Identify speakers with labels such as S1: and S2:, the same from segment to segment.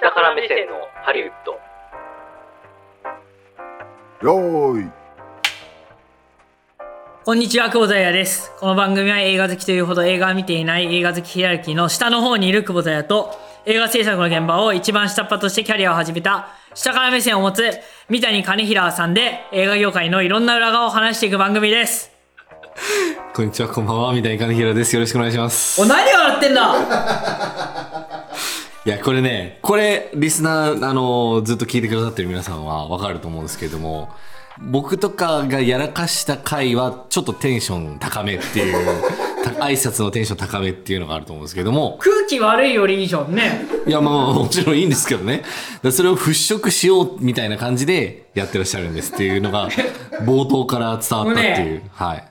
S1: 下から目線のハリウッド
S2: よーい
S3: こんにちは、久保財也です。この番組は映画好きというほど映画を見ていない映画好きヒラルキーの下の方にいる久保財也と映画制作の現場を一番下っ端としてキャリアを始めた下から目線を持つ三谷兼平さんで映画業界のいろんな裏側を話していく番組です。
S4: こんにちは、こんばんは、みたいな金平です。よろしくお願いします。
S3: お、何笑ってんだ
S4: いや、これね、これ、リスナー、あのずっと聞いてくださってる皆さんはわかると思うんですけれども、僕とかがやらかした回は、ちょっとテンション高めっていう、 た挨拶のテンション高めっていうのがあると思うんですけれども、
S3: 空気悪いよりいいじゃんね。
S4: いや、まあまあ、もちろんいいんですけどね。だからそれを払拭しようみたいな感じでやってらっしゃるんですっていうのが、冒頭から伝わったって
S3: もう
S4: い
S3: ね
S4: う。はい。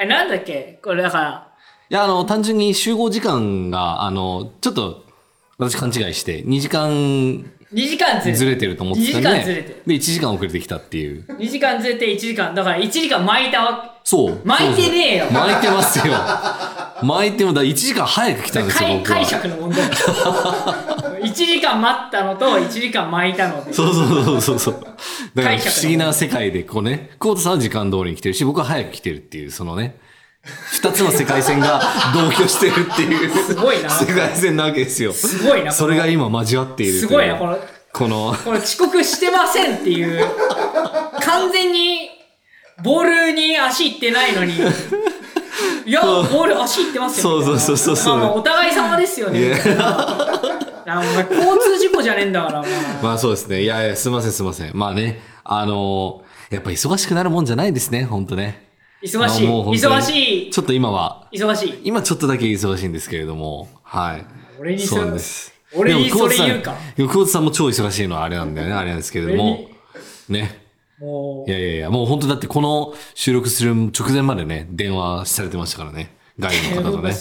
S3: え、なんだっけこれだから。
S4: いや、あの、単純に集合時間が、あの、ちょっと、私勘違いして、2時間
S3: 2時間ずれ
S4: ずれてると思ってたんで、
S3: 2時間ずれてる
S4: で、1時間遅れてきたっていう。
S3: 2時間ずれて1時間。だから1時間巻いたわ
S4: そう。
S3: 巻いてねえよ
S4: そうそう巻いてますよ。巻いても、だ1時間早く来たんですよ、
S3: 解
S4: 僕は。
S3: 解釈の問 題1時間待ったのと1時間巻いたので
S4: そうそうそうそうそう。だから
S3: 解釈
S4: 不思議な世界で、こうね、久保田さんは時間通りに来てるし、僕は早く来てるっていう、そのね、二つの世界線が 同居してるっていう、
S3: すごいな
S4: 世界線なわけですよ。
S3: すごいな
S4: それが今交わっているという
S3: すごいなこの
S4: この、
S3: この遅刻してませんっていう完全にボールに足いってないのにいや
S4: そう
S3: ボール足いってますよみたいな
S4: そうそうそうそうそう
S3: まあまあお互い様ですよね
S4: いや
S3: みたいなあお前交通事故じゃねえんだからもう
S4: まあそうですね。いやいや、すいませんすいません。まあね、あのーやっぱ忙しくなるもんじゃないですね、ほんとね。
S3: 忙しい
S4: まあもう本当に
S3: 忙しい
S4: ちょっと今は、
S3: 忙しい
S4: 今ちょっとだけ忙しいんですけれども、はい。
S3: 俺にそ
S4: そうなんです。
S3: 俺に
S4: でも
S3: それ言う
S4: 久
S3: か
S4: 保田さんでも久保田さんも超忙しいのはあれなんだよね、あれなんですけれども。ね。
S3: も
S4: いやいやいや、もう本当だってこの収録する直前までね、電話されてましたからね。外部の方と ね。
S3: う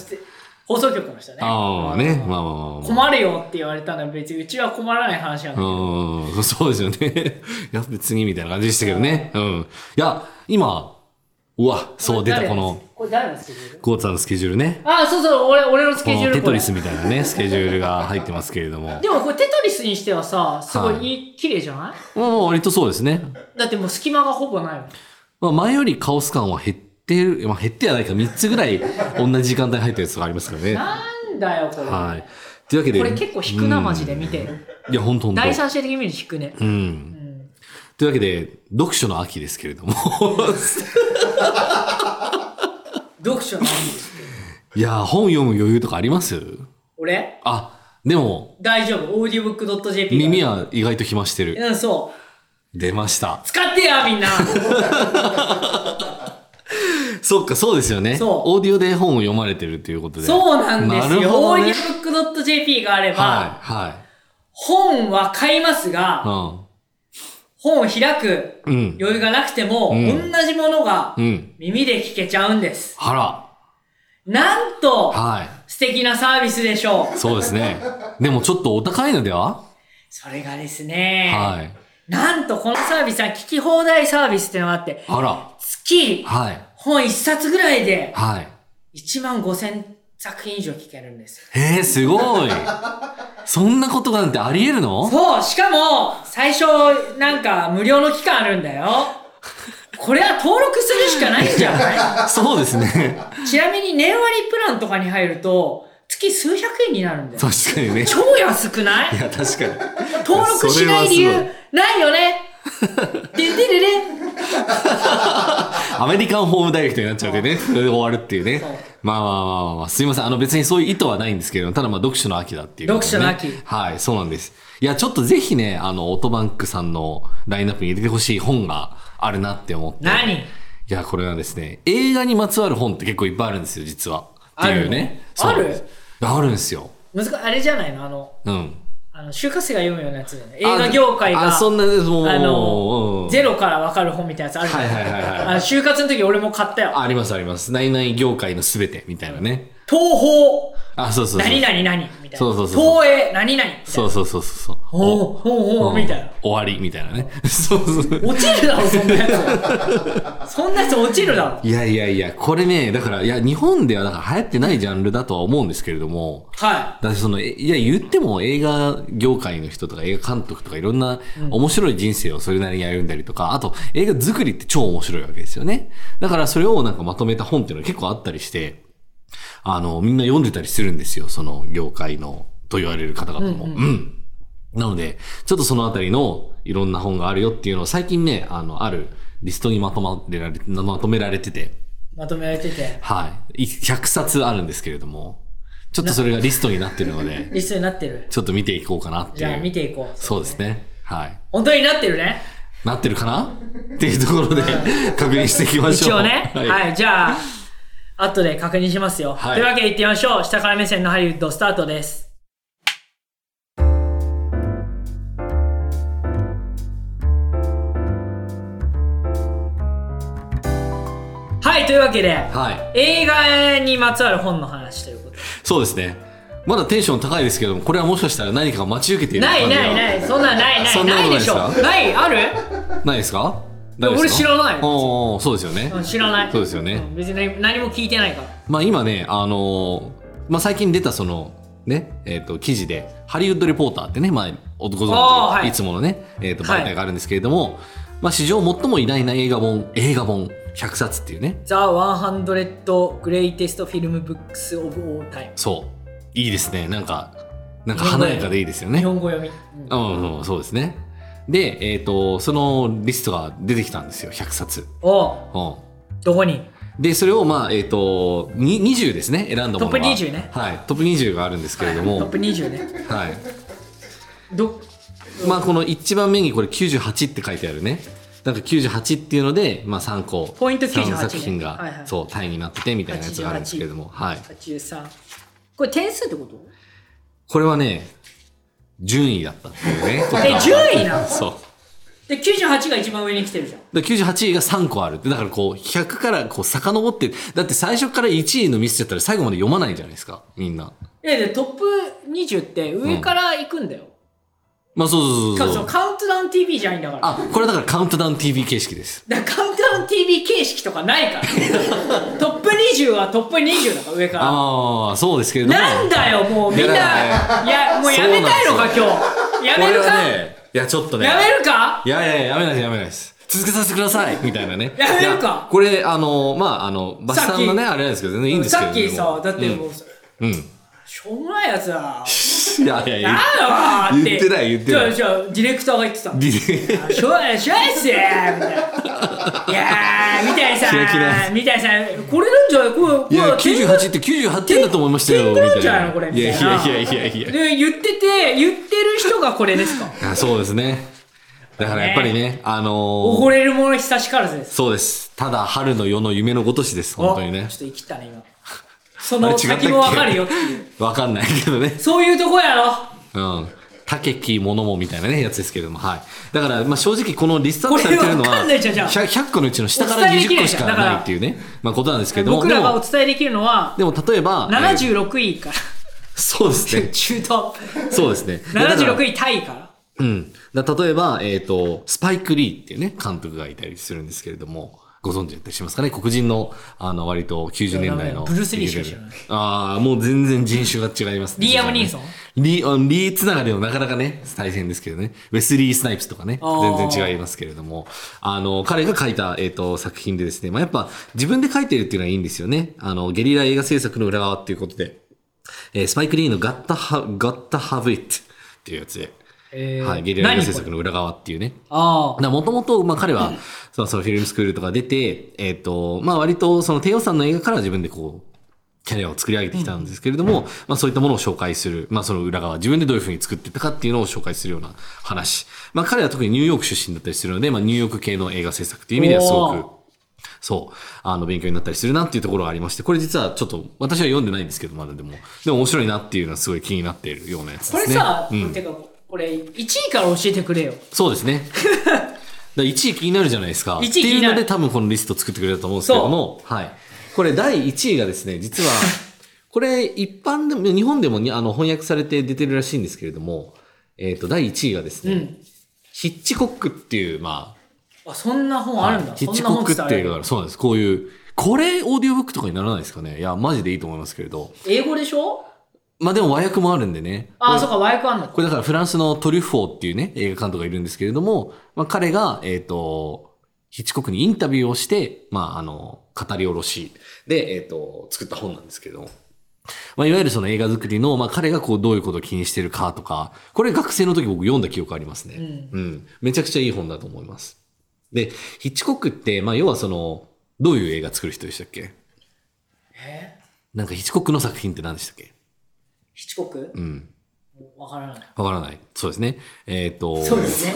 S3: 放送局の人ね
S4: ああ、ね。まあまあまあまあ。
S3: 困るよって言われたのは別にうちは困らない話なんだけど
S4: うん、 そうですよね。いや、別にみたいな感じでしたけどね。うん。いや、今、うわ、そう、出たこの、。
S3: これ誰のスケジュール
S4: ゴータのスケジュールね。
S3: ああ、そうそう、俺、俺のス
S4: こ
S3: ケジュー
S4: の
S3: ル。
S4: テトリス
S3: こ
S4: みたいな ね、スケジュールが入ってますけれども
S3: れ。でもこれテトリスにしてはさ、すごい、、
S4: はい
S3: 綺麗じゃない
S4: もう割とそうですね。
S3: だってもう隙間がほぼないもん。
S4: まあ、前よりカオス感は減ってる、まあ、減ってはないか、3つぐらい同じ時間帯入ったやつがありますからね。
S3: なんだよ、これ。
S4: はい。というわけで。
S3: これ結構引くな、
S4: うん
S3: マジで見て。
S4: いや、ほんとほんと。
S3: 第三者的に見ると引くね。
S4: う。
S3: うんん。
S4: というわけで、読書の秋ですけれども。
S3: 読書の秋です
S4: いや、本読む余裕とかあります
S3: 俺
S4: あ、でも、
S3: 大丈夫。audiobook.jp。
S4: 耳。は意外ときましてる。
S3: うん、そう。
S4: 出ました。
S3: 使ってや、みん な。
S4: そっか、そうですよね。
S3: そう
S4: オーディオで本を読まれてるということで。
S3: そうなんです
S4: なる
S3: よ。
S4: ほどね
S3: audiobook.jp があれば、
S4: はい、は
S3: 本は買いますが、
S4: い。
S3: 本を開く
S4: うん。
S3: 余裕がなくても、
S4: うん
S3: 同じものが
S4: うん。うん。
S3: 耳で聞けちゃうんです。
S4: あら。
S3: なんと、
S4: は
S3: 素敵なサービスでしょう
S4: い。。そうですね。でもちょっとお高いのでは
S3: それがですね、
S4: はい。
S3: なんとこのサービスは聞き放題サービスってのがあって、
S4: あら。
S3: 月、
S4: はい。
S3: 本一冊ぐらいで
S4: はい。
S3: 1万5千作品以上聞けるんです。
S4: えー、すごい。そんなことなんてあり得るの
S3: そう、しかも、最初、なんか無料の期間あるんだよ。これは登録するしかないんじゃない
S4: そうですね。
S3: ちなみに年割プランとかに入ると、月数百円になるんだよ。
S4: 確かにね。い
S3: 超安くない
S4: や、確かに。
S3: 登録しない理由ないよねでででで
S4: アメリカンホームダイレクトになっちゃってね、それで終わるっていうね
S3: そう。
S4: まあまあまあまあまあ、すいません。あの別にそういう意図はないんですけど、ただまあ読書の秋だっていうことで、
S3: 読書の秋
S4: はい、そうなんです。いや、ちょっとぜひね、あの、オートバンクさんのラインナップに入れてほしい本があるなって思って。
S3: 何
S4: いや、これはですね、映画にまつわる本って結構いっぱいあるんですよ、実は。っていうね。
S3: ある
S4: そうなんですあるんですよ。
S3: 難あれじゃないのあの、
S4: うん。
S3: あの、就活生が読むようなやつだよね。映画業界
S4: あ、
S3: が、あ
S4: そんな、もう、う
S3: の
S4: ん、
S3: ゼロからわかる本みたいなやつあるじゃ
S4: はいはいはいはい
S3: あの、就活の時俺も買ったよ。
S4: ありますあります。ナイナイ業界のすべてみたいなね。
S3: 東宝
S4: あ、そうそうそう。
S3: 何々何みたいな。
S4: そうそうそうそう
S3: 東映何々みたいな。
S4: そうそうそうそう。
S3: おうおうおう
S4: うん
S3: みたいな。。
S4: 終わりみたいなね。 そうそう。
S3: 落ちるだろ、そんなやつ。そんなやつ落ちるだろ。
S4: いやいやいや、これね、だから、いや、日本ではだから流行ってないジャンルだとは思うんですけれども、
S3: は
S4: だってその、えいや、言っても映画業界の人とか映画監督とかいろんな面白い人生をそれなりに歩んだりとか、あと映画作りって超面白いわけですよね。だからそれをなんかまとめた本っていうのが結構あったりして、あの、みんな読んでたりするんですよ、その業界の、と言われる方々も。うん、なので、ちょっとそのあたりのいろんな本があるよっていうのを最近ね、あの、あるリストにまとまれられ、まとめられてて、
S3: い。まとめられてて。
S4: はい。い100冊あるんですけれども、ちょっとそれがリストになってるので、
S3: 一緒になってる。
S4: ちょっと見ていこうかなっていう。
S3: じゃあ見ていこう。
S4: そうですね。はい。
S3: 本当になってるね。
S4: なってるかなっていうところで 確認していきましょ
S3: 一
S4: う。
S3: 応ね。
S4: は。
S3: はいい、じゃあ、後で確認しますよ。
S4: はい
S3: というわけで行ってみましょう。下から目線のハリウッドスタートです。はい、というわけで、
S4: はい
S3: 映画にまつわる本の話ということで
S4: そうですね。まだテンション高いですけども、これはもしかしたら何かが待ち受けている。
S3: ないないないい、そんなんないな
S4: そ
S3: い、
S4: んなこ
S3: な
S4: と
S3: いでしょ
S4: ないです。か
S3: ない、ある
S4: ないですか大丈夫で
S3: 俺知
S4: すか
S3: らない
S4: おーおーそうですよね。
S3: うん知らない。
S4: そうですよね
S3: ん別に何何も聞いてないから。
S4: まあ今ね、あのーまあ最近出たその、ね、えっ、と、記事で、ハリウッドレポーターってね、まあ、おご存知、
S3: あーはい
S4: い、つものね、えっ、と、
S3: はい
S4: 媒体があるんですけれども、まあ史上最も偉大な映画本、映画本100冊っていうね、
S3: The 100 Greatest Film Books of All Time
S4: そう。いいですね。なんか、なんか華やかでいいですよね
S3: 日。本語読み、うん
S4: うん、うん、そうですね。で、えっ、と、そのリストが出てきたんですよ、100冊。
S3: お
S4: うん。
S3: どこに
S4: で、それを、まあ、えっ、と、に20ですね、選んだものが。
S3: トップ20ね
S4: はい、トップ20があるんですけれど
S3: トッ
S4: も
S3: プ、20ね
S4: はい。
S3: ど
S4: まあ、この1番目にこれ98って書いてあるね。なんか98っていうので、まあ、参考。
S3: ポイント98ね
S4: 三作品が、
S3: はいはい
S4: そう、タイになっててみたいなやつがあるんですけれども、はい。
S3: 83これ点数ってこと
S4: これはね、順位だったっていうね。
S3: え順位なの
S4: そう。
S3: で98が一番上に来てるじゃん
S4: だから98位が3個あるって、だからこう、100からこう、遡って、だって最初から1位のミスちゃったら最後まで読まないじゃないですか、みんな。
S3: いやでトップ20って上から行くんだよ、
S4: まあ、そうそう
S3: しか
S4: そ
S3: もその
S4: うそう。
S3: カウントダウン TV じゃないんだから
S4: あ、これだからカウントダウン TV 形式です。
S3: だからカウントダウン TV 形式とかない からトップ20はトップ20だから上から
S4: ああ、そうですけれども。
S3: なんだよもうみんな
S4: や
S3: い
S4: だ
S3: やもうやめたいのか今
S4: そ
S3: 日や
S4: こ
S3: め
S4: れ
S3: る
S4: は
S3: か、
S4: ね、いや、ちょっとね。
S3: やめるか
S4: いやいややめないですやめないです続けさせてくださいみたいなね
S3: やめるか
S4: いこれあのまああのバスさんのね
S3: さっき
S4: あれなんですけど全然いいんですけ
S3: さ
S4: ど
S3: っきさだってもう、
S4: うん、うん、い
S3: しょうもないやつだ
S4: やいやいや
S3: なんだよ
S4: 言ってない言ってない
S3: じゃあじゃあディレクターが言ってたの
S4: ディレイ
S3: しょうがないしょうがないっすよみたいないやーみたいさ
S4: キラキラ
S3: んみたいさんこれなんじゃないこれこ
S4: い
S3: れ
S4: や98って98点だと思いました
S3: 天
S4: よみ
S3: 狗なん
S4: たい
S3: じゃない
S4: な
S3: のこれ
S4: いやいやいやいやいやい
S3: で言ってて言ってる人がこれです か
S4: やそうですねだからやっぱりねあの
S3: 溺れる者久しからずです
S4: そうですただ春の夜の夢のごとしです本当に
S3: お
S4: ね
S3: ちょっと生きたね今その
S4: あれ違ったっけ
S3: 先もわかるよっていう
S4: わかんないけどね
S3: そういうとこやろ
S4: うん。竹木物もみたいなね、やつですけれども、はい。だから、まあ正直このリストアップされてるの
S3: これわ
S4: は、
S3: かんないじゃんじゃあ
S4: 100, 100個のうちの下から
S3: お伝えでき
S4: 20
S3: な
S4: 個
S3: いじ
S4: し
S3: ゃん
S4: かないっていうね、まあことなんですけれども、
S3: 僕
S4: で
S3: らがお
S4: も、
S3: 伝えできるのは
S4: でも例えば、えー
S3: 76位から。
S4: そうですね
S3: 中途
S4: そうです ね。だから
S3: 76位タイから
S4: うん。だから例えば、えっ、と、スパイク・リーっていうね、監督がいたりするんですけれども、ご存知だったりしますかね黒人の、あの、割と90年代の。
S3: ブルースリーしか知らない
S4: ああ、もう全然人種が違いますね、
S3: リアムニーソン
S4: リーあのリーつながりもなかなかね、大変ですけどね。ウェスリー・スナイプスとかね、
S3: あー
S4: 全然違いますけれども。あの、彼が書いた、えっ、と、作品でですね、まあ、やっぱ自分で書いてるっていうのはいいんですよね。あの、ゲリラ映画制作の裏側っていうことで、えースパイク・リーのガッタハ、ガッタハブイットっていうやつで、
S3: えー
S4: はい、ゲリラ映画制
S3: 何こ
S4: 作
S3: れ
S4: の裏側っていうね。
S3: ああ
S4: もともと、まあ、彼は、その、そのフィルムスクールとか出て、えっ、と、まあ、割と、その、低予算の映画から自分でこう、キャリアを作り上げてきたんですけれども、まあ、そういったものを紹介する、まあ、その裏側、自分でどういうふうに作ってったかっていうのを紹介するような話。まあ、彼は特にニューヨーク出身だったりするので、まあ、ニューヨーク系の映画制作っていう意味ではすご
S3: おー
S4: く、そう、あの、勉強になったりするなっていうところがありまして、これ実はちょっと、私は読んでないんですけど、まだでも、でも面白いなっていうのはすごい気になっているようなやつ
S3: こ
S4: で
S3: れ
S4: すね。
S3: さ、
S4: うん
S3: てかこれ1位から教えてくれよ
S4: そうで すね。だ1位気になるじゃないですか。
S3: 一位気になる
S4: っていうので多分このリスト作ってくれたと思うんですけども、はい。これ第1位がですね、実は、これ、一般でも、日本でもにあの翻訳されて出てるらしいんですけれども、えっ、と、第1位がですね、
S3: うん
S4: ヒッチコックっていう、ま
S3: あそんな
S4: あ、
S3: 本あるんだ、
S4: ヒッチ
S3: そんな
S4: コッ
S3: 本
S4: クっ
S3: 伝
S4: て
S3: え
S4: いうのがあるそうなんです。こういう、これ、オーディオブックとかにならないですかね。いや、マジでいいと思いますけれど。
S3: 英語でしょ
S4: まあでも和訳もあるんでね。
S3: ああ、そうか、和訳あんの
S4: これだからフランスのトリュフォーっていうね、映画監督がいるんですけれども、まあ彼が、えっ、と、ヒッチコックにインタビューをして、まああの、語り下ろしで、えっ、と、作った本なんですけれども。まあいわゆるその映画作りの、まあ彼がこうどういうことを気にしてるかとか、これ学生の時僕読んだ記憶ありますね。うん。めちゃくちゃいい本だと思います。で、ヒッチコックって、まあ要はその、どういう映画作る人でしたっけ
S3: え
S4: なんかヒッチコックの作品って何でしたっけ
S3: 七国
S4: うん。
S3: わからない。
S4: わからない。そうですね。えっ、と。
S3: そうですね。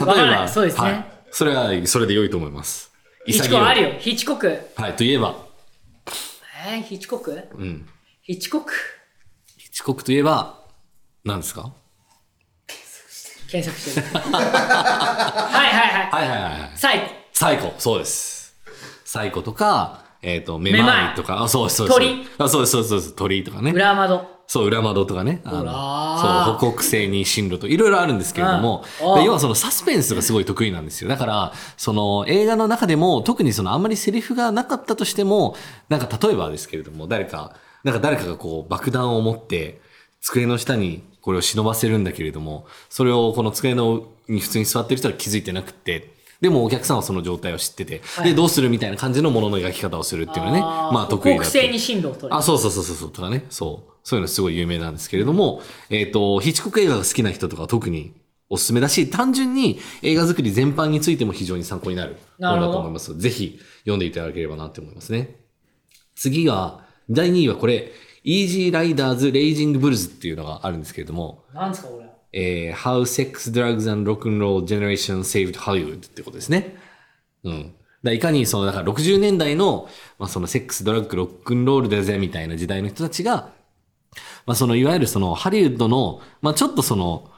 S4: 例え
S3: わからな
S4: ば、
S3: いそうですね
S4: はい、それは、それで良いと思います。
S3: 七国あるよ。七国。え
S4: はい、といえば、
S3: ー、七国
S4: うん。
S3: 七国。
S4: 一国といえば、何ですか
S3: 検索して る。はいはいはい。
S4: はいはいはいはい。
S3: 最後。
S4: サイコ、そうです。サイコとか、えっ、と、め
S3: めま
S4: ま
S3: い
S4: いとか、あ、そうですそうです。
S3: 鳥
S4: あ、そうです、そうですそうです、鳥とかね。
S3: 裏窓。
S4: そう、裏窓とかね。あ
S3: ほら
S4: の、そう、北北西に進路と、いろいろあるんですけれども
S3: うん、あー
S4: で要はそのサスペンスがすごい得意なんですよ。だから、その映画の中でも、特にそのあんまりセリフがなかったとしても、なんか例えばですけれども、誰か、なんか誰かがこう爆弾を持って、机の下にこれを忍ばせるんだけれども、それをこの机のに普通に座ってる人は気づいてなくって、でもお客さんはその状態を知ってて、
S3: はい
S4: で、どうするみたいな感じのものの描き方をするっていうのね、
S3: ー
S4: まあ得意だ
S3: 北
S4: と
S3: 西に進路を取る
S4: あ、。そうそうそうそうそう、とかね。そう。そういうのすごい有名なんですけれども、えっ、と、ヒッチコック映画が好きな人とかは特におすすめだし、単純に映画作り全般についても非常に参考になる
S3: なるほど
S4: 本だと思います。ぜひ読んでいただければなって思いますね。次が、第2位はこれ、イージーライダーズ・レイジング・ブルズっていうのがあるんですけれども、
S3: なんですか、これ。
S4: えー How Sex, Drugs and Rock'n'Roll Generation Saved Hollywood ってことですね。うん。だいかにその、だから60年代の、まあそのセックス、ドラッグ、ロックンロールだぜみたいな時代の人たちが、まあそのいわゆるそのハリウッドの、まあちょっとその、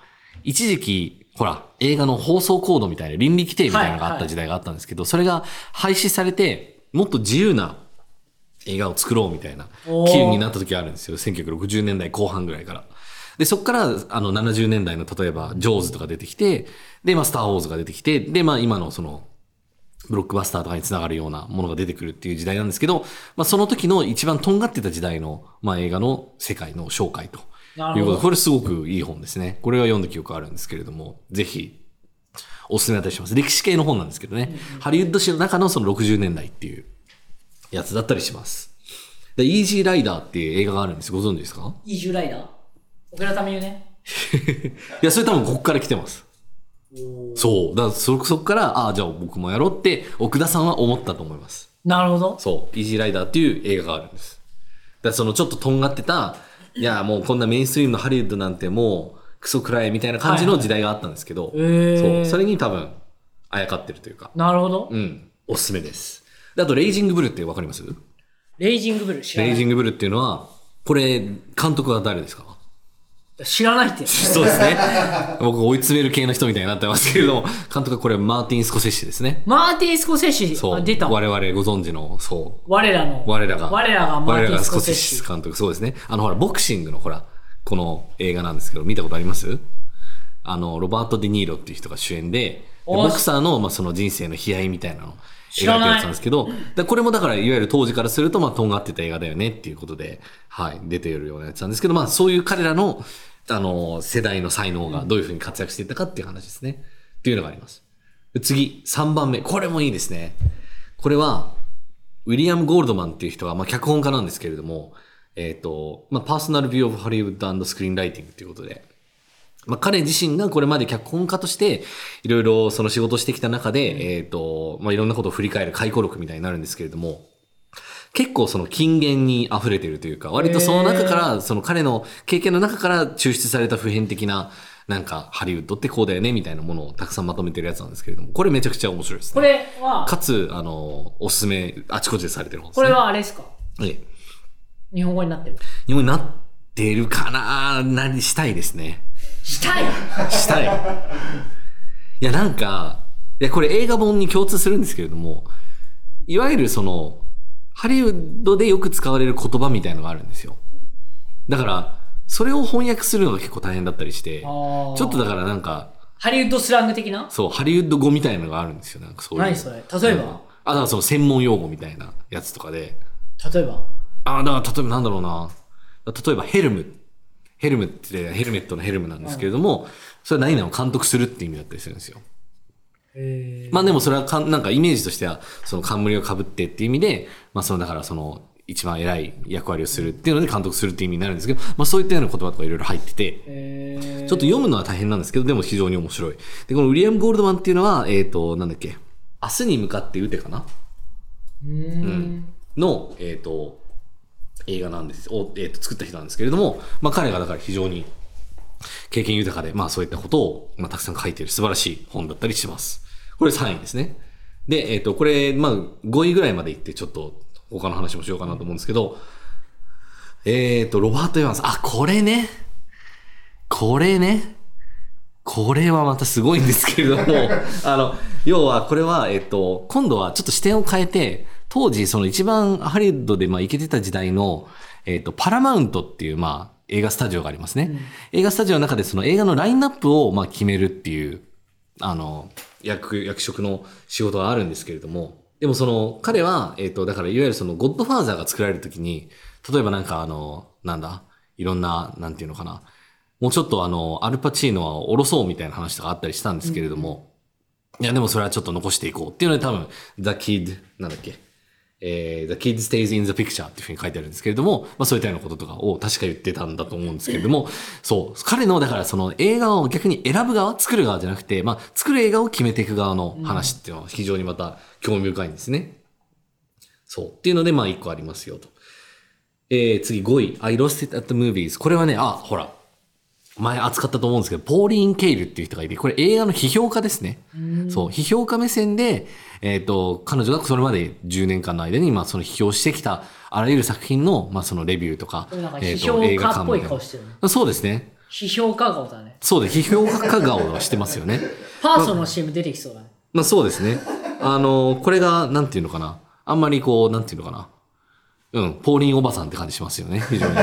S4: 一時期、ほら、映画の放送コードみたいな倫理規定みたいなのがあった時代があったんですけど、それが廃止されて、もっと自由な映画を作ろうみたいな機
S3: おー
S4: 運になった時があるんですよ。1960年代後半ぐらいから。で、そっから、あの、70年代の、例えば、ジョーズとか出てきて、で、まあ、スター・ウォーズが出てきて、で、まあ、今のその、ブロックバスターとかにつながるようなものが出てくるっていう時代なんですけど、まあ、その時の一番とんがってた時代の、まあ、映画の世界の紹介と
S3: な
S4: いう
S3: る
S4: こ
S3: ほど
S4: とで、これすごくいい本ですね。これは読んだ記憶あるんですけれども、ぜひ、おすすめだったりします。歴史系の本なんですけどね、ハリウッド史の中のその60年代っていうやつだったりします。で、イージーライダーっていう映画があるんです。ご存知ですか
S3: イージュライダー奥田民生ね。
S4: いや、それ多分ここから来てます。そう。だからそ、そこから、ああ、じゃあ僕もやろうって、奥田さんは思ったと思います。
S3: なるほど。
S4: そう。イージーライダーっていう映画があるんです。だからそのちょっととんがってた、いや、もうこんなメインストリームのハリウッドなんてもう、クソ暗いみたいな感じの時代があったんですけど、
S3: いはいへー
S4: そう。それに多分、あやかってるというか、
S3: なるほど。
S4: うん。おすすめです。であと、レイジングブルーってわかります
S3: レイジングブルー知ら
S4: レイ
S3: な
S4: ジ
S3: い。
S4: ングブルーっていうのは、これ、監督は誰ですか
S3: 知らないって。
S4: そうで すね。僕追い詰める系の人みたいになってますけれども、監督はこれマーティン・スコセッシですね。
S3: マーティン・スコセッシ。
S4: そ
S3: あ
S4: う。
S3: 出た。
S4: 我々ご存知の、そう。
S3: 我らの。
S4: 我らが。
S3: 我らがマーティン・スコセッ
S4: 我
S3: シ
S4: らが。監督、そうですね。あの、ほら、ボクシングのほら、この映画なんですけど、見たことありますあの、ロバート・デ・ニーロっていう人が主演で、で
S3: お
S4: ボクサーの、まあ、その人生の悲哀みたいなのを
S3: 知ら
S4: 描い
S3: な
S4: た
S3: い
S4: やつなんですけど、でこれもだから、いわゆる当時からすると、まあ、とんがってた映画だよねっていうことで、はい、出てるようなやつなんですけど、まあ、そういう彼らの、あの、世代の才能がどういうふうに活躍していったかっていう話ですね。っていうのがあります。で次、3番目。これもいいですね。これは、ウィリアム・ゴールドマンっていう人が、まあ、脚本家なんですけれども、えっ、と、まあ、パーソナルビューオブハリウッドスクリーンライティングということで、まあ、彼自身がこれまで脚本家として、いろいろその仕事をしてきた中で、えっ、と、まあ、いろんなことを振り返る回顧録みたいになるんですけれども、結構その金言に溢れてるというか、割とその中から、その彼の経験の中から抽出された普遍的な、なんか、ハリウッドってこうだよね、みたいなものをたくさんまとめてるやつなんですけれども、これめちゃくちゃ面白いですね。
S3: これは、
S4: かつ、あの、おすすめ、あちこちでされてる本です、
S3: こ
S4: ね。
S3: れはあれですか
S4: ええ
S3: 日本語になってる。
S4: 日本になってるかななりしたいですね。
S3: したい
S4: したい。いや、なんか、いや、これ映画本に共通するんですけれども、いわゆるその、ハリウッドでよく使われる言葉みたいのがあるんですよ。だから、それを翻訳するのが結構大変だったりして、ち
S3: あ
S4: ょ
S3: ー
S4: っとだからなんか、
S3: ハリウッドスラング的な
S4: そう、ハリウッド語みたいのがあるんですよ。なんかそういう。
S3: 何それ例えば
S4: うんあ、だからその専門用語みたいなやつとかで。
S3: 例えば
S4: あ、だから例えばなんだろうな。例えばヘルム。ヘルムってヘルメットのヘルムなんですけれども、それは何々を監督するって意味だったりするんですよ。
S3: えー
S4: まあでもそれはかん、なんかイメージとしては、その冠をかぶってっていう意味で、まあそのだからその一番偉い役割をするっていうので監督するっていう意味になるんですけど、まあそういったような言葉とかいろいろ入ってて、
S3: えー
S4: ちょっと読むのは大変なんですけど、でも非常に面白い。で、このウィリアム・ゴールドマンっていうのは、えっ、と、なんだっけ、明日に向かって打てかな
S3: うーん
S4: の、えっ、と、映画なんです、を、えーと作った人なんですけれども、まあ彼がだから非常に経験豊かで、まあそういったことを、まあ、たくさん書いている素晴らしい本だったりします。これ3位ですね。で、えっ、と、これ、まあ5位ぐらいまで行ってちょっと他の話もしようかなと思うんですけど、えっ、と、ロバート・エヴァンス。あ、これね。これね。これはまたすごいんですけれども、あの、要はこれは、えっと、今度はちょっと視点を変えて、当時その一番ハリウッドでまあ行けてた時代の、えっと、パラマウントっていうまあ映画スタジオがありますね。映画スタジオの中でその映画のラインナップをまあ決めるっていう、あの、役、役職の仕事があるんですけれども、でもその、彼は、えっと、だからいわゆるそのゴッドファーザーが作られるときに、例えばなんかあの、なんだ、いろんな、なんていうのかな、もうちょっとあの、アルパチーノは降ろそうみたいな話とかあったりしたんですけれども、いや、でもそれはちょっと残していこうっていうので多分、The Kid、なんだっけ、えー The Kid Stays in the Picture っていうふうに書いてあるんですけれども、まあそういったようなこととかを確か言ってたんだと思うんですけれども、そう、彼のだからその映画を逆に選ぶ側、作る側じゃなくて、まあ作る映画を決めていく側の話っていうのは非常にまた興味深いんですね。そう。っていうので、まあ1個ありますよと。えー、次5位、I lost it at the movies。これはね、あ、ほら、前扱ったと思うんですけど、ポーリーン・ケイルっていう人がいて、これ映画の批評家ですね。そう、批評家目線で、えっ、と、彼女がそれまで10年間の間に、まあ、その批評してきた、あらゆる作品の、まあ、そのレビューとか、
S3: でもなんか批
S4: えー
S3: 評家っぽ
S4: と
S3: い
S4: 映画館みた
S3: 顔
S4: な
S3: してるね
S4: そうですね。
S3: 批評家顔だね
S4: そうで、批評家顔をしてますよね。
S3: パーソンの CM 出てきそうだね
S4: まあそうですね。あの、これが、なんていうのかな。あんまりこう、なんていうのかな。うん、ポーリンおばさんって感じしますよね。非常にね。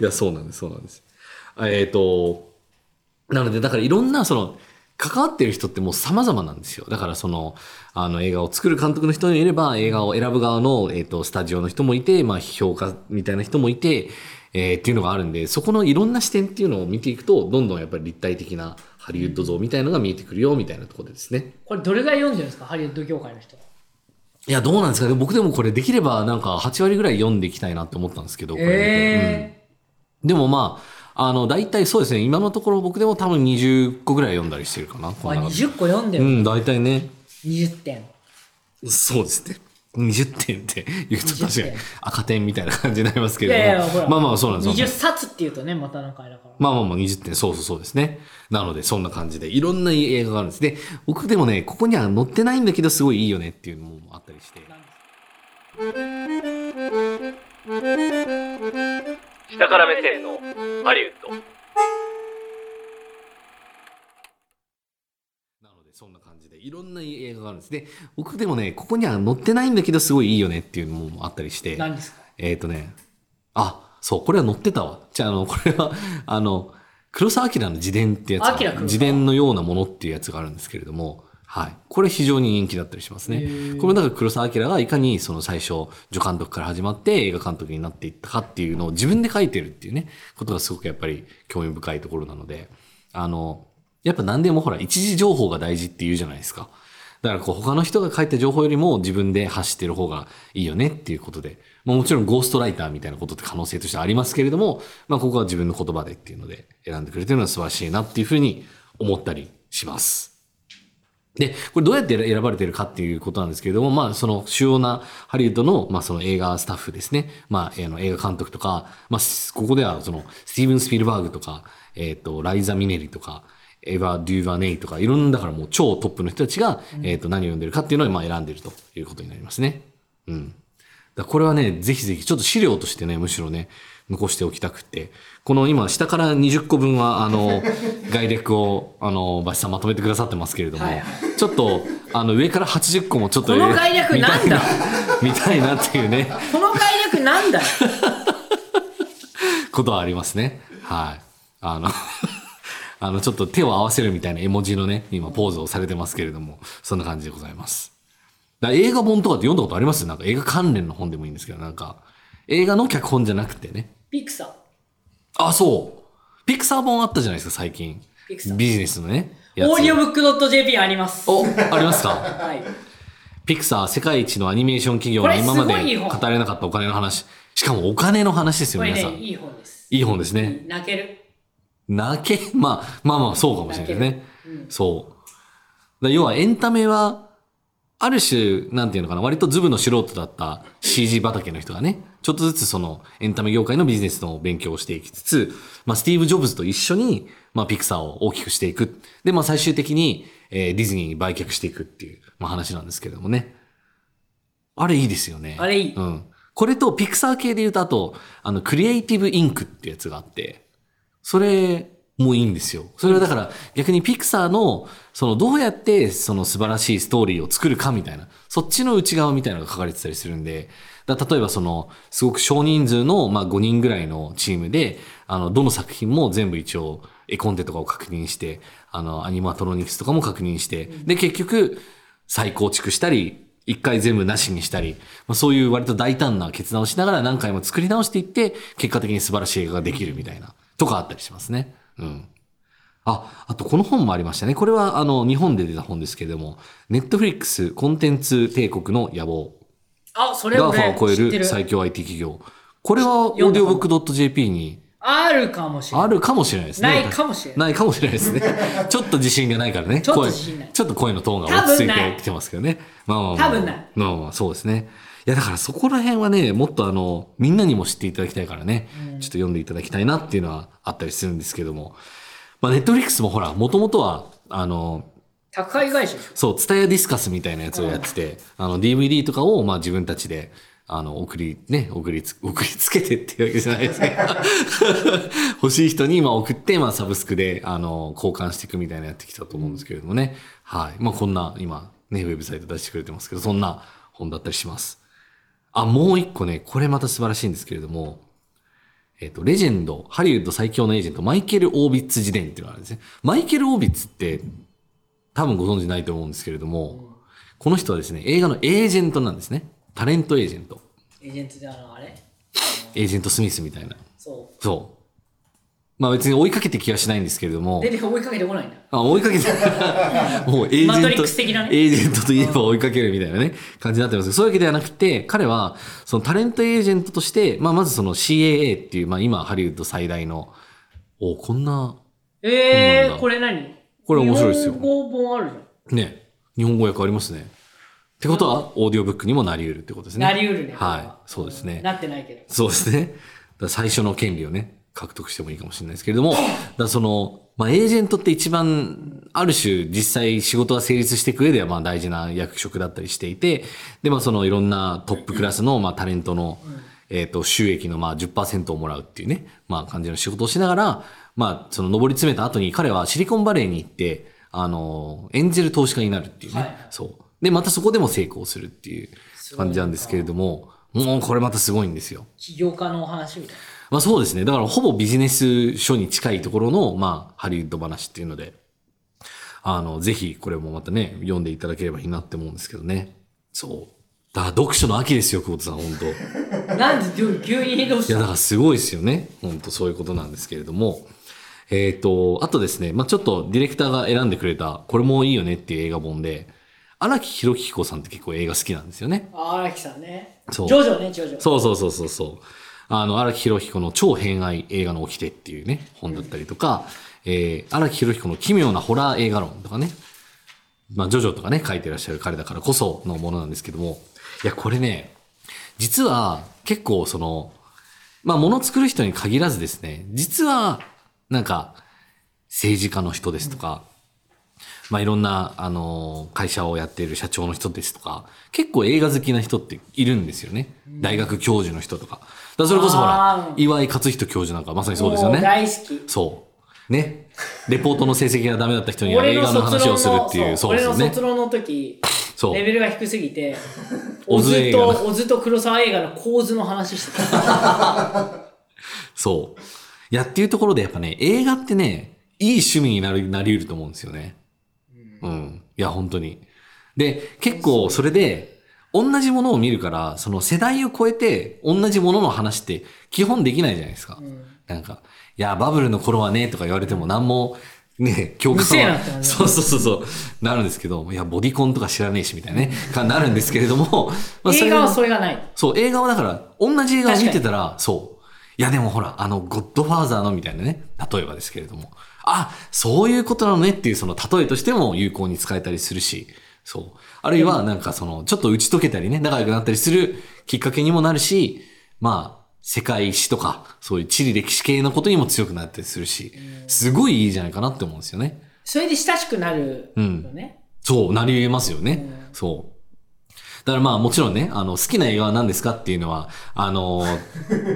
S4: いや、そうなんです、そうなんです。あえっ、と、なので、だからいろんな、その、関わってる人ってもう様々なんですよ。だからその、あの映画を作る監督の人もいれば、映画を選ぶ側の、えっ、と、スタジオの人もいて、まあ、評価みたいな人もいて、えーっていうのがあるんで、そこのいろんな視点っていうのを見ていくと、どんどんやっぱり立体的なハリウッド像みたいのが見えてくるよ、みたいなところでですね。
S3: これどれぐらい読んでるんですかハリウッド業界の人
S4: いや、どうなんですかね僕でもこれできればなんか8割ぐらい読んでいきたいなって思ったんですけど、これ見てうん
S3: え
S4: でもまあ、あの、大体そうですね、今のところ僕でも多分20個ぐらい読んだりしてるか
S3: え
S4: な。
S3: ー、
S4: こ
S3: あ
S4: んな感じ
S3: 20個読んで
S4: う
S3: る、
S4: ん、大体ね。
S3: 20点
S4: そうですね。20点って言うと確
S3: 20
S4: かに
S3: 点
S4: 赤点みたいな感じになりますけれども。
S3: いやいやほら
S4: まあまあそうなんです
S3: 20
S4: よ。
S3: 冊っていうとねまたなんかあれだから
S4: まあまあまあ20点、そうそうそうですね。なので、そんな感じで、いろんな映画があるんです。で、僕でもね、ここには載ってないんだけど、すごいいいよねっていうのもあったりして。
S1: 下から目線のハリウッド
S4: なので、そんな感じで、いろんな映画があるんです。で、僕でもね、ここには載ってないんだけど、すごいいいよねっていうのもあったりして。
S3: 何ですか
S4: えっ、ー、とね、あ、そう、これは載ってたわ。じゃあ、あの、これは、 あの、黒澤明の自伝ってやつが
S3: 明黒澤
S4: 自伝のようなものっていうやつがあるんですけれども、はい。これ非常に人気だったりします
S3: へ
S4: ね。
S3: ー
S4: これもだから黒澤明がいかにその最初、助監督から始まって映画監督になっていったかっていうのを自分で書いてるっていうね、ことがすごくやっぱり興味深いところなので、あの、やっぱ何でもほら、一時情報が大事って言うじゃないですか。だからこう他の人が書いた情報よりも自分で発してる方がいいよねっていうことで、まあ、もちろんゴーストライターみたいなことって可能性としてありますけれども、まあ、ここは自分の言葉でっていうので選んでくれてるのは素晴らしいなっていうふうに思ったりします。で、これどうやって選ばれてるかっていうことなんですけれども、まあその主要なハリウッドの、まあその映画スタッフですね。まあ、あの映画監督とか、まあすここではそのスティーブン・スピルバーグとか、えっ、と、ライザ・ミネリとか、エヴァ・デューバネイとか、いろんな、だからもう超トップの人たちが、えっ、と、何を読んでるかっていうのをまあ選んでるということになりますね。うん。だからこれはね、ぜひぜひ、ちょっと資料としてね、むしろね、残しておきたくて、この今、下から20個分は、あ の、概略を、あの、バシさんまとめてくださってますけれども、
S3: はい
S4: ちょっと、あの、上から80個もちょっと、
S3: この概略
S4: 見たい
S3: なんだ
S4: 見たいなっていうね、
S3: この概略なん だよ
S4: ことはありますね。はい。あの、 あの、ちょっと手を合わせるみたいな絵文字のね、今、ポーズをされてますけれども、そんな感じでございます。だから映画本とかって読んだことありますなんか映画関連の本でもいいんですけど、なんか、映画の脚本じゃなくてね。
S3: ピクサー
S4: あ、そう。ピクサー本あったじゃないですか、最近
S3: ピクサー。
S4: ビジネスのね。やつ
S3: オーディオブックドット JP あります。
S4: お、ありますか
S3: はい。
S4: ピクサー世界一のアニメーション企業
S3: こ
S4: の
S3: れ
S4: 今ます
S3: ごい
S4: で
S3: い本
S4: 語れなかったお金の話。しかもお金の話です
S3: こ
S4: よ、
S3: れ
S4: 皆さ
S3: ね、
S4: ん。
S3: いい本です。
S4: いい本ですね。
S3: 泣ける。
S4: 泣け、まあ、まあまあ、そうかもしれないね。そう。だ要は、エンタメは、ある種、なんていうのかな、割とズブの素人だった CG 畑の人がね、ちょっとずつその、エンタメ業界のビジネスの勉強をしていきつつ、まあ、スティーブ・ジョブズと一緒に、まあ、ピクサーを大きくしていく。で、まあ、最終的に、えーディズニーに売却していくっていう、まあ、話なんですけれどもね。あれいいですよね。
S3: あれいい
S4: うん。これと、ピクサー系で言うと、あと、あの、クリエイティブ・インクってやつがあって、それもいいんですよ。それはだから逆にピクサーの、そのどうやってその素晴らしいストーリーを作るかみたいな、そっちの内側みたいなのが書かれてたりするんで、だ例えばその、すごく少人数の、まあ5人ぐらいのチームで、あの、どの作品も全部一応、絵コンテとかを確認して、あの、アニマトロニクスとかも確認して、で、結局、再構築したり、一回全部なしにしたり、まあ、そういう割と大胆な決断をしながら何回も作り直していって、結果的に素晴らしい映画ができるみたいな、とかあったりしますね。うん。あ、あとこの本もありましたね。これはあの、日本で出た本ですけれども、ネットフリックスコンテンツ帝国の野望。
S3: あ、それ
S4: ガー
S3: を
S4: ファ
S3: ね
S4: を超え
S3: 知って
S4: る
S3: る。
S4: 最強 IT 企業。これはオーディオブックドット JP に
S3: あるかもしれな
S4: あ
S3: い。
S4: るかもしれないですね。。
S3: ないかもしれない
S4: ないかもしれないです ね。ちょっと自信がないからね。
S3: ちょっと
S4: 声
S3: 自信ない
S4: ちょっと声のトーンが落ち着
S3: 多分
S4: い
S3: な
S4: て
S3: い
S4: きてますけどね。まあまあまあ、
S3: 多分ない。
S4: まあまあそうですね。いや、だからそこら辺はね、もっとあの、みんなにも知っていただきたいからね、ちょっと読んでいただきたいなっていうのはあったりするんですけども。まあ、ネットフリックスもほら、もともとは、あの、
S3: 宅配会社でしょ
S4: そう、ツタヤディスカスみたいなやつをやってて、あの、DVD とかを、まあ自分たちで、あの、送り、ね、送りつ、送りつけてっていうわけじゃないですけど、欲しい人に、まあ送って、まあサブスクで、あの、交換していくみたいなやってきたと思うんですけれどもね。はい。まあこんな、今、ね、ウェブサイト出してくれてますけど、そんな本だったりします。あ、もう一個ね、これまた素晴らしいんですけれども、えっ、と、レジェンド、ハリウッド最強のエージェント、マイケル・オービッツ自伝っていうのがあるんですね。マイケル・オービッツって、多分ご存知ないと思うんですけれども、この人はですね、映画のエージェントなんですね。タレントエージェント。
S3: エージェントであの、あれ
S4: エージェント・スミスみたいな。
S3: そ
S4: そう。まあ別に追いかけて気はしないんですけれども
S3: う。、出て追いかけてこないんだ。
S4: あ追 いかけて、もうエージェント。
S3: マトリックス的なね
S4: エージェントといえば追いかけるみたいなね、感じになってますけど、そういうわけではなくて、彼は、そのタレントエージェントとして、まあまずその CAA っていう、まあ今ハリウッド最大の、おこんな、
S3: え
S4: そうなん
S3: ー、
S4: だ
S3: これ何
S4: これ面白いですよ
S3: 日本語本あるじゃん。
S4: ね、日本語訳ありますね。ってことは、オーディオブックにもなり得るってことですね。
S3: なりうるね。
S4: はい。そうですね。
S3: なってないけど。
S4: そうですね。だから最初の権利をね、獲得してもいいかもしれないですけれども、だからその、まあ、エージェントって一番、ある種、実際仕事が成立していく上では、まあ、大事な役職だったりしていて、で、まあ、その、いろんなトップクラスの、まあ、タレントの、えっ、と、収益の、まあ、10%をもらうっていうね、まあ、感じの仕事をしながら、まあ、その、上り詰めた後に、彼はシリコンバレーに行って、あの、エンジェル投資家になるっていうね、
S3: はい
S4: そう。で、またそこでも成功するっていう感じなんですけれども、もうこれまたすごいんですよ。
S3: 起業家のお話みたいな。
S4: まあそうですね。だからほぼビジネス書に近いところの、まあ、ハリウッド話っていうので、あの、ぜひこれもまたね、読んでいただければいいなって思うんですけどね。そう。だから読書の秋ですよ、久保田さん、本当
S3: なんで急にどうし
S4: いや、
S3: た
S4: だからすごいですよね。本当そういうことなんですけれども。えっ、と、あとですね、まあちょっとディレクターが選んでくれた、これもいいよねっていう映画本で、荒木宏彦さんって結構映画好きなんですよね。
S3: あ荒木さんね。
S4: そう
S3: ジョジョね、ジョジョ。
S4: そうそうそうそうそう。あの、荒木博彦の超偏愛映画の起きてっていうね、本だったりとか、えー、荒木博彦の奇妙なホラー映画論とかね、まあ、ジョジョとかね、書いてらっしゃる彼だからこそのものなんですけども、いや、これね、実は結構その、まあ、物作る人に限らずですね、実は、なんか、政治家の人ですとか、まあ、いろんな、あの、会社をやっている社長の人ですとか、結構映画好きな人っているんですよね。大学教授の人とか。だからそれこそほ
S3: あ
S4: ら
S3: ー、
S4: 岩井勝人教授なんかまさにそうですよ
S3: もう
S4: ね。
S3: 大好き。
S4: そう。ね。レポートの成績がダメだった人には映画の話をするっていう、そう
S3: 俺
S4: です
S3: の
S4: よね
S3: 卒。論の時、
S4: そう
S3: レベルが低すぎ て、
S4: オ
S3: オ
S4: ズ映
S3: ズ
S4: 画の
S3: と、オズと黒沢映画の構図の話してた。
S4: そう。いやっていうところでやっぱね、映画ってね、いい趣味になる、なり得ると思うんですよね。うん。いや、本当に。で、結構それで、同じものを見るから、その世代を超えて、同じものの話って基本できないじゃないですか。なんか、いや、バブルの頃はね、とか言われても何も、ね、共
S3: うるせえ
S4: 感
S3: な
S4: は
S3: ってなる
S4: そうそうそうそう、なるんですけど、いや、ボディコンとか知らねえし、みたいなね、感になるんですけれど も、まあそれ
S3: 映
S4: が
S3: 画はそれがない。
S4: そう、映画はだから、同じ映画を見てたら、そう。いやでもほら、あの、ゴッドファーザーのみたいなね、例えばですけれども。あ、そういうことなのねっていうその例えとしても有効に使えたりするし、そう。あるいはなんかその、ちょっと打ち解けたりね、仲良くなったりするきっかけにもなるし、まあ、世界史とか、そういう地理歴史系のことにも強くなったりするし、すごいいいじゃないかなって思うんですよね。
S3: それで親しくなるよね。
S4: そう、なり得ますよね。そう。だからまあもちろんね、あの、好きな映画は何ですかっていうのは、あの、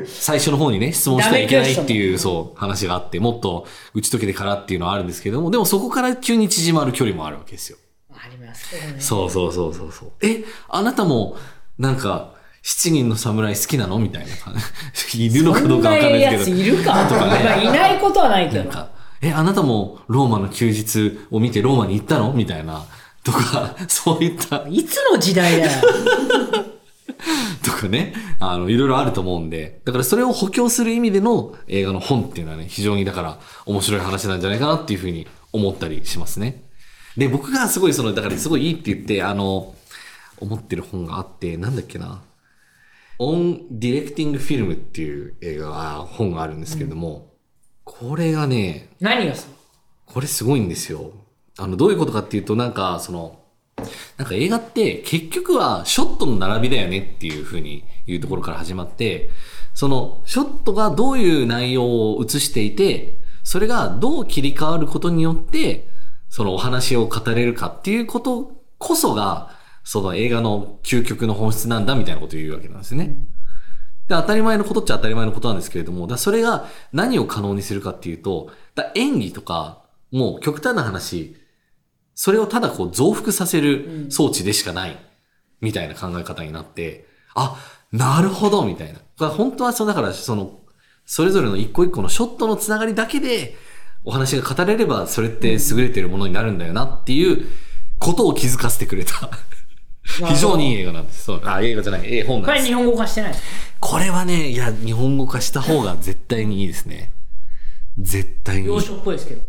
S4: 最初の方にね、質問してはいけないっていう、そう、話があって、もっと打ち解けてからっていうのはあるんですけども、でもそこから急に縮まる距離もあるわけですよ。
S3: ありますけどね。
S4: そうそうそうそうそう。え、あなたも、なんか、七人の侍好きなのみたいな 感じ。いるのかどうかわかんないです
S3: そ
S4: け
S3: ん
S4: ど。
S3: なやついるか
S4: とかね
S3: まあいないことはないけ
S4: なん
S3: ど。
S4: か、え、あなたもローマの休日を見てローマに行ったのみたいな、とか、そういった。
S3: いつの時代だ よ。
S4: とかね、あの、いろいろあると思うんで、だからそれを補強する意味での映画の本っていうのはね、非常にだから面白い話なんじゃないかなっていうふうに思ったりしますね。で、僕がすごいその、だからすごいいいって言って、あの、思ってる本があって、なんだっけな。オン・ディレクティング・フィルムっていう映画が、本があるんですけれども、これがね、
S3: 何がその
S4: これすごいんですよ。あの、どういうことかっていうと、なんか、その、なんか映画って結局はショットの並びだよねっていうふうに言うところから始まって、そのショットがどういう内容を映していて、それがどう切り替わることによって、そのお話を語れるかっていうことこそが、その映画の究極の本質なんだみたいなことを言うわけなんですね。で、当たり前のことっちゃ当たり前のことなんですけれども、だそれが何を可能にするかっていうと、だ演技とか、もう極端な話、それをただこう増幅させる装置でしかない、みたいな考え方になって、あ、なるほど、みたいな。だから本当はその、だからその、それぞれの一個一個のショットのつながりだけで、お話が語れれば、それって優れてるものになるんだよなっていうことを気づかせてくれた。非常にいい映画なんです。そうあ、映画じゃない、絵本
S3: こ
S4: なん
S3: れ
S4: です。
S3: 日本語化してない。
S4: これはね、いや、日本語化した方が絶対にいいですね。絶対にいい
S3: 洋。書っぽいですけど。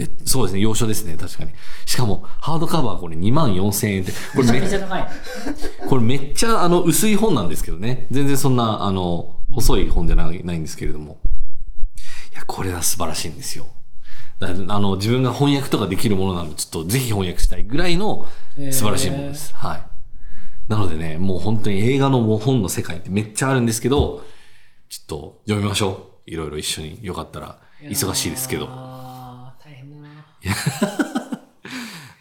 S4: えそうですね、洋書ですね、確かに。しかも、ハードカバーこれ2万4千円って、これ
S3: め
S4: め
S3: ちゃめ
S4: っ
S3: ちゃ高い。
S4: これめっちゃあの薄い本なんですけどね。全然そんな、あの、細い本じゃないないんですけれども。いや、これは素晴らしいんですよ。だあの、自分が翻訳とかできるものなので、ちょっとぜひ翻訳したいぐらいの
S3: へー
S4: 素晴らしいものです。はい。なのでね、もう本当に映画のもう本の世界ってめっちゃあるんですけど、ちょっと読みましょう。いろいろ一緒に。よかったら、忙しいですけど。
S3: あー大変だな。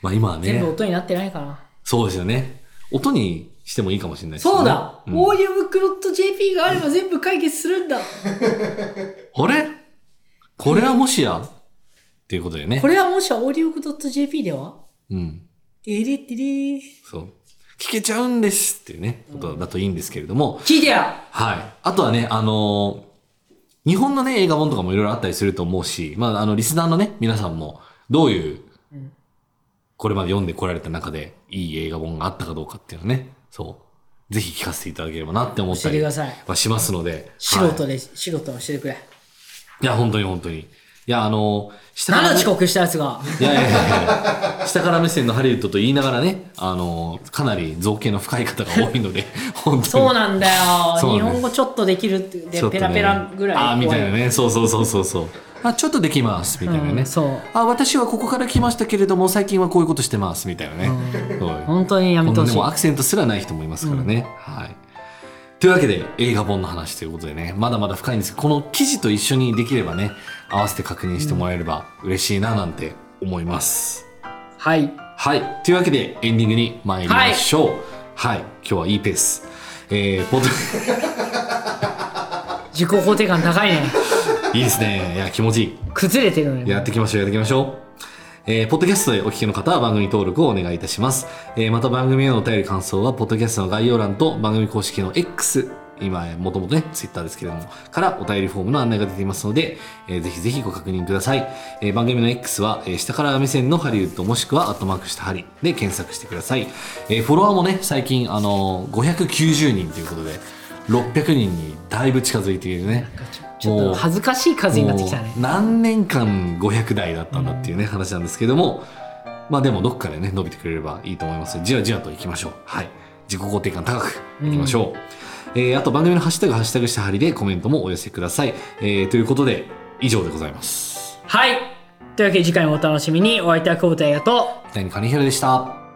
S4: まあ今は
S3: 全
S4: ね
S3: 部、音になってないかな。
S4: そうですよね。音にしてもいいかもしれないですね。
S3: そうだ、
S4: うん
S3: オーディオブックドット JP があれば全部解決するんだ
S4: あれこれはもしやっていうことだよね
S3: こ。れはもしオーディオブックドット JP では
S4: うん。
S3: デレデレ
S4: そう。聞けちゃうんですっていうね、ことだといいんですけれども。
S3: 聞いてや
S4: はい。あとはね、あのー日本のね、映画本とかもいろいろあったりすると思うし、まあ、あの、リスナーのね、皆さんも、どういう、これまで読んでこられた中で、いい映画本があったかどうかっていうのね、そう。ぜひ聞かせていただければなって思ったり
S3: 教えてください
S4: はしますので。
S3: 素
S4: は
S3: 人で、素人をしてくれ
S4: い。いや、本当に本当に。いや、あのー、下から
S3: 7遅刻したやつが
S4: いやいやいやいや下から目線のハリウッドと言いながらね、あの、かなり造形の深い方が多 いので、本当に。
S3: そうなんだよ
S4: そう
S3: 日
S4: なんです
S3: 本語ちょっとできるって
S4: ちょ
S3: で
S4: っとね
S3: ペラペラぐらい
S4: ああ、みたいなね。そうそうそうそうそう。あ、ちょっとできます、みたいな
S3: う
S4: ね。
S3: んそう
S4: あ、私はここから来ましたけれども、最近はこういうことしてます、みたいなね。そう
S3: 本当にやめ
S4: こ
S3: てほ
S4: ので
S3: しい
S4: もアクセントすらない人もいますからね。はい。というわけで、映画本の話ということでね、まだまだ深いんですけど、この記事と一緒にできればね、合わせて確認してもらえれば嬉しいな、なんて思います。
S3: はい。
S4: はい。というわけで、エンディングに参りましょう。はい。今日はいいペース。えー、ポッド、
S3: 自己肯定感高いね。
S4: いいですね。いや、気持ちいい。
S3: 崩れてるのよ。
S4: やっていきましょう、やっていきましょう。えーポッドキャストでお聞きの方は番組登録をお願いいたします。えーまた番組へのお便り感想は、ポッドキャストの概要欄と番組公式の X、今、もともとね、Twitter ですけれども、からお便りフォームの案内が出ていますので、えーぜひぜひご確認ください。えー番組の X は、えー下から目線のハリウッドもしくは、アットマークしたハリで検索してください。えーフォロワーもね、最近、あのー590人ということで、600人にだいぶ近づいているね。
S3: ちょっと恥ずかしい数になってきたね
S4: も。う何年間500台だったんだっていうね、話なんですけどもまあでもどっかでね伸びてくれればいいと思いますじわじわといきましょうはい自己肯定感高くいきましょう、えーあと番組のハッシュタグ「ハッシュタグしたはり」でコメントもお寄せください、えーということで以上でございます
S3: はい。というわけで次回もお楽しみに。お相手は久保田映画と。
S4: 谷カニヒロでした